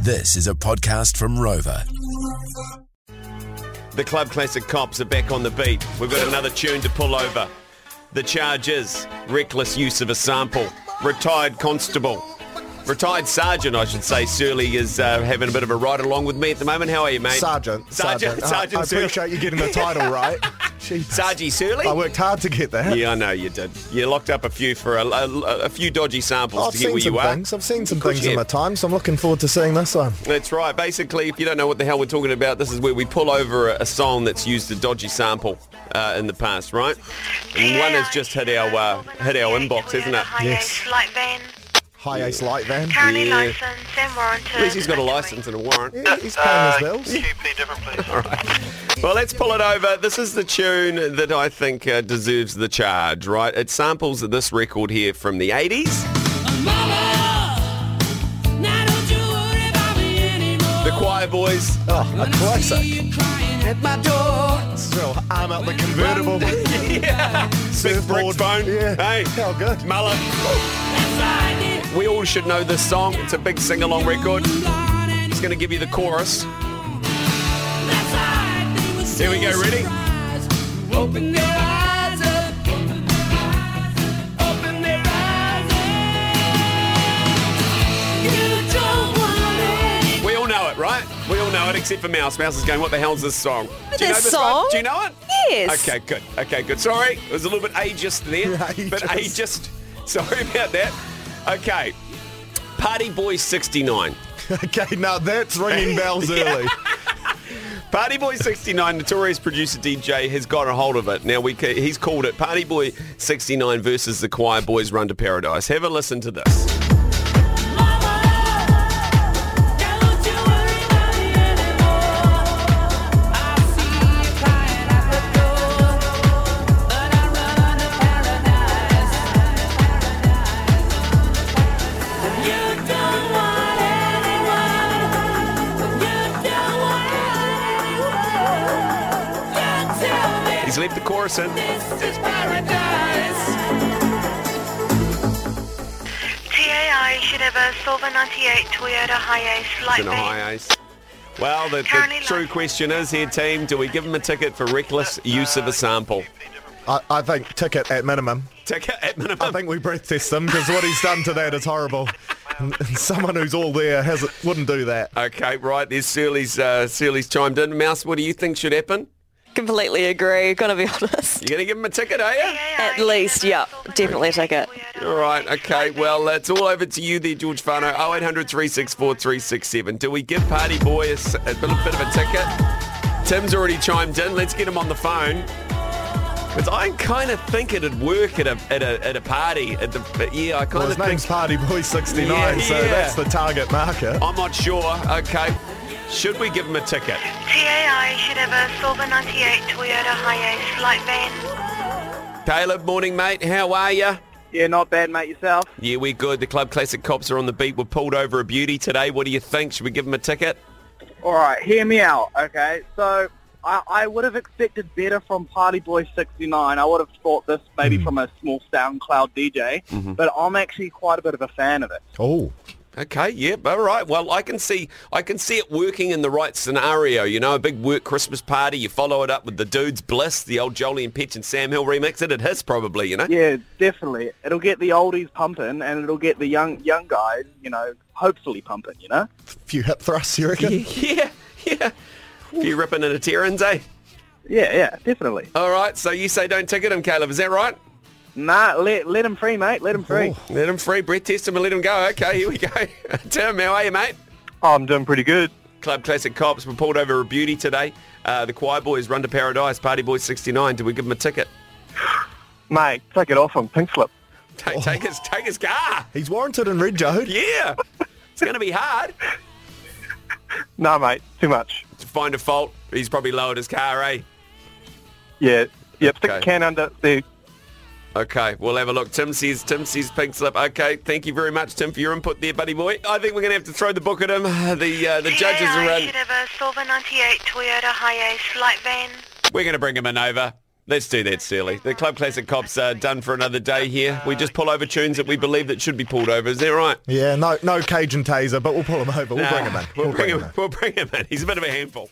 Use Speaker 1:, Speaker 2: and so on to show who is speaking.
Speaker 1: This is a podcast from Rover.
Speaker 2: The Club Classic Cops are back on the beat. We've got another tune to pull over. The charge is reckless use of a sample. Retired constable, retired sergeant, I should say, Surly is uh, having a bit of a ride along with me at the moment. How are you, mate?
Speaker 3: Sergeant. Uh,
Speaker 2: Sergeant.
Speaker 3: I-
Speaker 2: Sergeant.
Speaker 3: I,
Speaker 2: Surly.
Speaker 3: appreciate you getting the title right. Jeez.
Speaker 2: Sargy Surly.
Speaker 3: I worked hard to get that.
Speaker 2: Yeah, I know you did. You locked up a few for a, a, a few dodgy samples
Speaker 3: Oh, I've
Speaker 2: to get
Speaker 3: seen
Speaker 2: where
Speaker 3: some
Speaker 2: you are.
Speaker 3: things. I've seen some
Speaker 2: Of course
Speaker 3: things
Speaker 2: you
Speaker 3: in my
Speaker 2: have.
Speaker 3: time, so I'm looking forward to seeing this one.
Speaker 2: That's right. Basically, if you don't know what the hell we're talking about, this is where we pull over a, a song that's used a dodgy sample uh, in the past, right? And one has just hit our uh, hit our inbox, hasn't it?
Speaker 3: Yes.
Speaker 4: Yes. Light van,
Speaker 3: High ace light
Speaker 2: Uh,
Speaker 3: van.
Speaker 4: currently
Speaker 2: Yeah.
Speaker 4: licensed and warranted.
Speaker 2: At least he's got a license and a warrant.
Speaker 3: Yeah, he's
Speaker 2: uh,
Speaker 3: paying his bills.
Speaker 2: Well, let's pull it over. This is the tune that I think uh, deserves the charge, right? It samples this record here from the 80s.
Speaker 5: Mama, now don't you worry about me anymore.
Speaker 2: The Choir Boys.
Speaker 3: Oh, a classic.
Speaker 5: You crying at my door.
Speaker 3: Well, arm out the convertible.
Speaker 2: Big brick
Speaker 3: Surfboard.
Speaker 2: phone.
Speaker 3: Yeah. Oh.
Speaker 2: Hey.
Speaker 3: How good.
Speaker 2: Mullet. We all should know this song. It's a big sing-along record. It's going to give you the chorus. Here we go, ready?
Speaker 5: Open their eyes up. Open their eyes up. You don't want it.
Speaker 2: We all know it, right? We all know it, except for Mouse. Mouse is going, what the hell's this song? Do you know
Speaker 6: This
Speaker 2: one?
Speaker 6: song?
Speaker 2: Do you know it?
Speaker 6: Yes.
Speaker 2: Okay, good. Okay, good. Sorry, it was a little bit ageist there. But
Speaker 3: Ageist.
Speaker 2: ageist. Sorry about that. Okay. Party Boy 69.
Speaker 3: okay, now that's ringing bells early.
Speaker 2: Party Boy 69, notorious producer DJ, has got a hold of it. Now, we ca- he's called it Party Boy 69 versus the Choir Boys Run to Paradise. Have a listen to this. He's left the chorus in.
Speaker 4: TAI should have a Silver 98 Toyota Hiace light
Speaker 2: in a
Speaker 4: van.
Speaker 2: high ace. Well, the, the true question is here, team, do we give him a ticket for reckless use of a sample?
Speaker 3: I, I think ticket at minimum.
Speaker 2: Ticket at
Speaker 3: I
Speaker 2: minimum.
Speaker 3: think we breath test them because what he's done to that is horrible. And, and someone who's all there has wouldn't do that.
Speaker 2: Okay, right. There's Surly's, uh, Surly's chimed in. Mouse, what do you think should happen?
Speaker 6: Completely agree, gotta be honest.
Speaker 2: You're going to give him a ticket, are you?
Speaker 4: TAI
Speaker 6: At
Speaker 4: should
Speaker 6: least,
Speaker 4: have a
Speaker 6: yeah,
Speaker 4: Silver
Speaker 6: definitely a
Speaker 4: 98
Speaker 6: ticket.
Speaker 4: Toyota
Speaker 2: All right,
Speaker 4: Hiace
Speaker 2: okay.
Speaker 4: light van.
Speaker 2: Well, it's all over to you there, George Fano. 0800 364 367. Do we give Party Boy a, s- a little bit of a ticket? Tim's already chimed in. Let's get him on the phone. Because I kind of think it'd work at a, at a, at a party. At the, but yeah, I
Speaker 3: Well,
Speaker 2: kind
Speaker 3: his
Speaker 2: of
Speaker 3: name's
Speaker 2: think...
Speaker 3: Party Boy 69,
Speaker 2: Yeah,
Speaker 3: so
Speaker 2: yeah.
Speaker 3: that's the target market.
Speaker 2: I'm not sure. Okay. Should we give him a ticket?
Speaker 4: TAI should have a Silver 98 Toyota Hiace light van.
Speaker 2: Caleb, morning, mate. How are you?
Speaker 7: Yeah, not bad, mate. Yourself?
Speaker 2: Yeah, we're good. The Club Classic Cops are on the beat. We're pulled over a beauty today. What do you think? Should we give him a ticket?
Speaker 7: All right, hear me out, okay? So I, I would have expected better from Party Boy 69. I would have thought this maybe from a small SoundCloud DJ, but I'm actually quite a bit of a fan of it.
Speaker 3: Oh.
Speaker 2: Okay, yep, all right. Well, I can see I can see it working in the right scenario. You know, a big work Christmas party. You follow it up with the dudes bliss, the old Jolie and Pitch and Sam Hill remix. It'd his probably, you know.
Speaker 7: Yeah, definitely. It'll get the oldies pumping, and it'll get the young young guys, you know, hopefully pumping. You know?
Speaker 3: few hip thrusts, you reckon?
Speaker 2: yeah, yeah. You ripping and a tearing, eh?
Speaker 7: Yeah, yeah, definitely.
Speaker 2: All right. So you say don't ticket him, Caleb? Is that right?
Speaker 7: Nah, let let him free, mate. Let him free.
Speaker 2: Let him free, breath test him and let him go. Okay, here we go. Tim, how are you, mate?
Speaker 7: Oh, I'm doing pretty good.
Speaker 2: Club Classic Cops were pulled over a beauty today. Uh, the Choir Boys run to paradise. Party Boys 69. Do we give him a ticket?
Speaker 7: Mate, take it off on Pink Slip.
Speaker 2: Take, take his take his car.
Speaker 3: He's warranted in red, Joe.
Speaker 2: Yeah. It's going to be hard
Speaker 7: Nah, mate, too much.
Speaker 2: to find a fault. He's probably lowered his car, eh?
Speaker 7: Yeah, yep, stick
Speaker 2: Okay.
Speaker 7: the can under the
Speaker 2: Okay, we'll have a look. Tim says, Tim says pink slip. Okay, thank you very much, Tim, for your input there, buddy boy. I think we're going to have to throw the book at him. The uh, the judges
Speaker 4: TAI
Speaker 2: are in.
Speaker 4: should have a Silver 98 Toyota Hiace light van.
Speaker 2: We're going to bring him in over. Let's do that, Surly. The Club Classic Cops are done for another day here. We just pull over tunes that we believe that should be pulled over. Is that right?
Speaker 3: Yeah, no, no Cajun taser, but we'll pull him over. We'll bring him in.
Speaker 2: We'll bring him. We'll bring him in. He's a bit of a handful.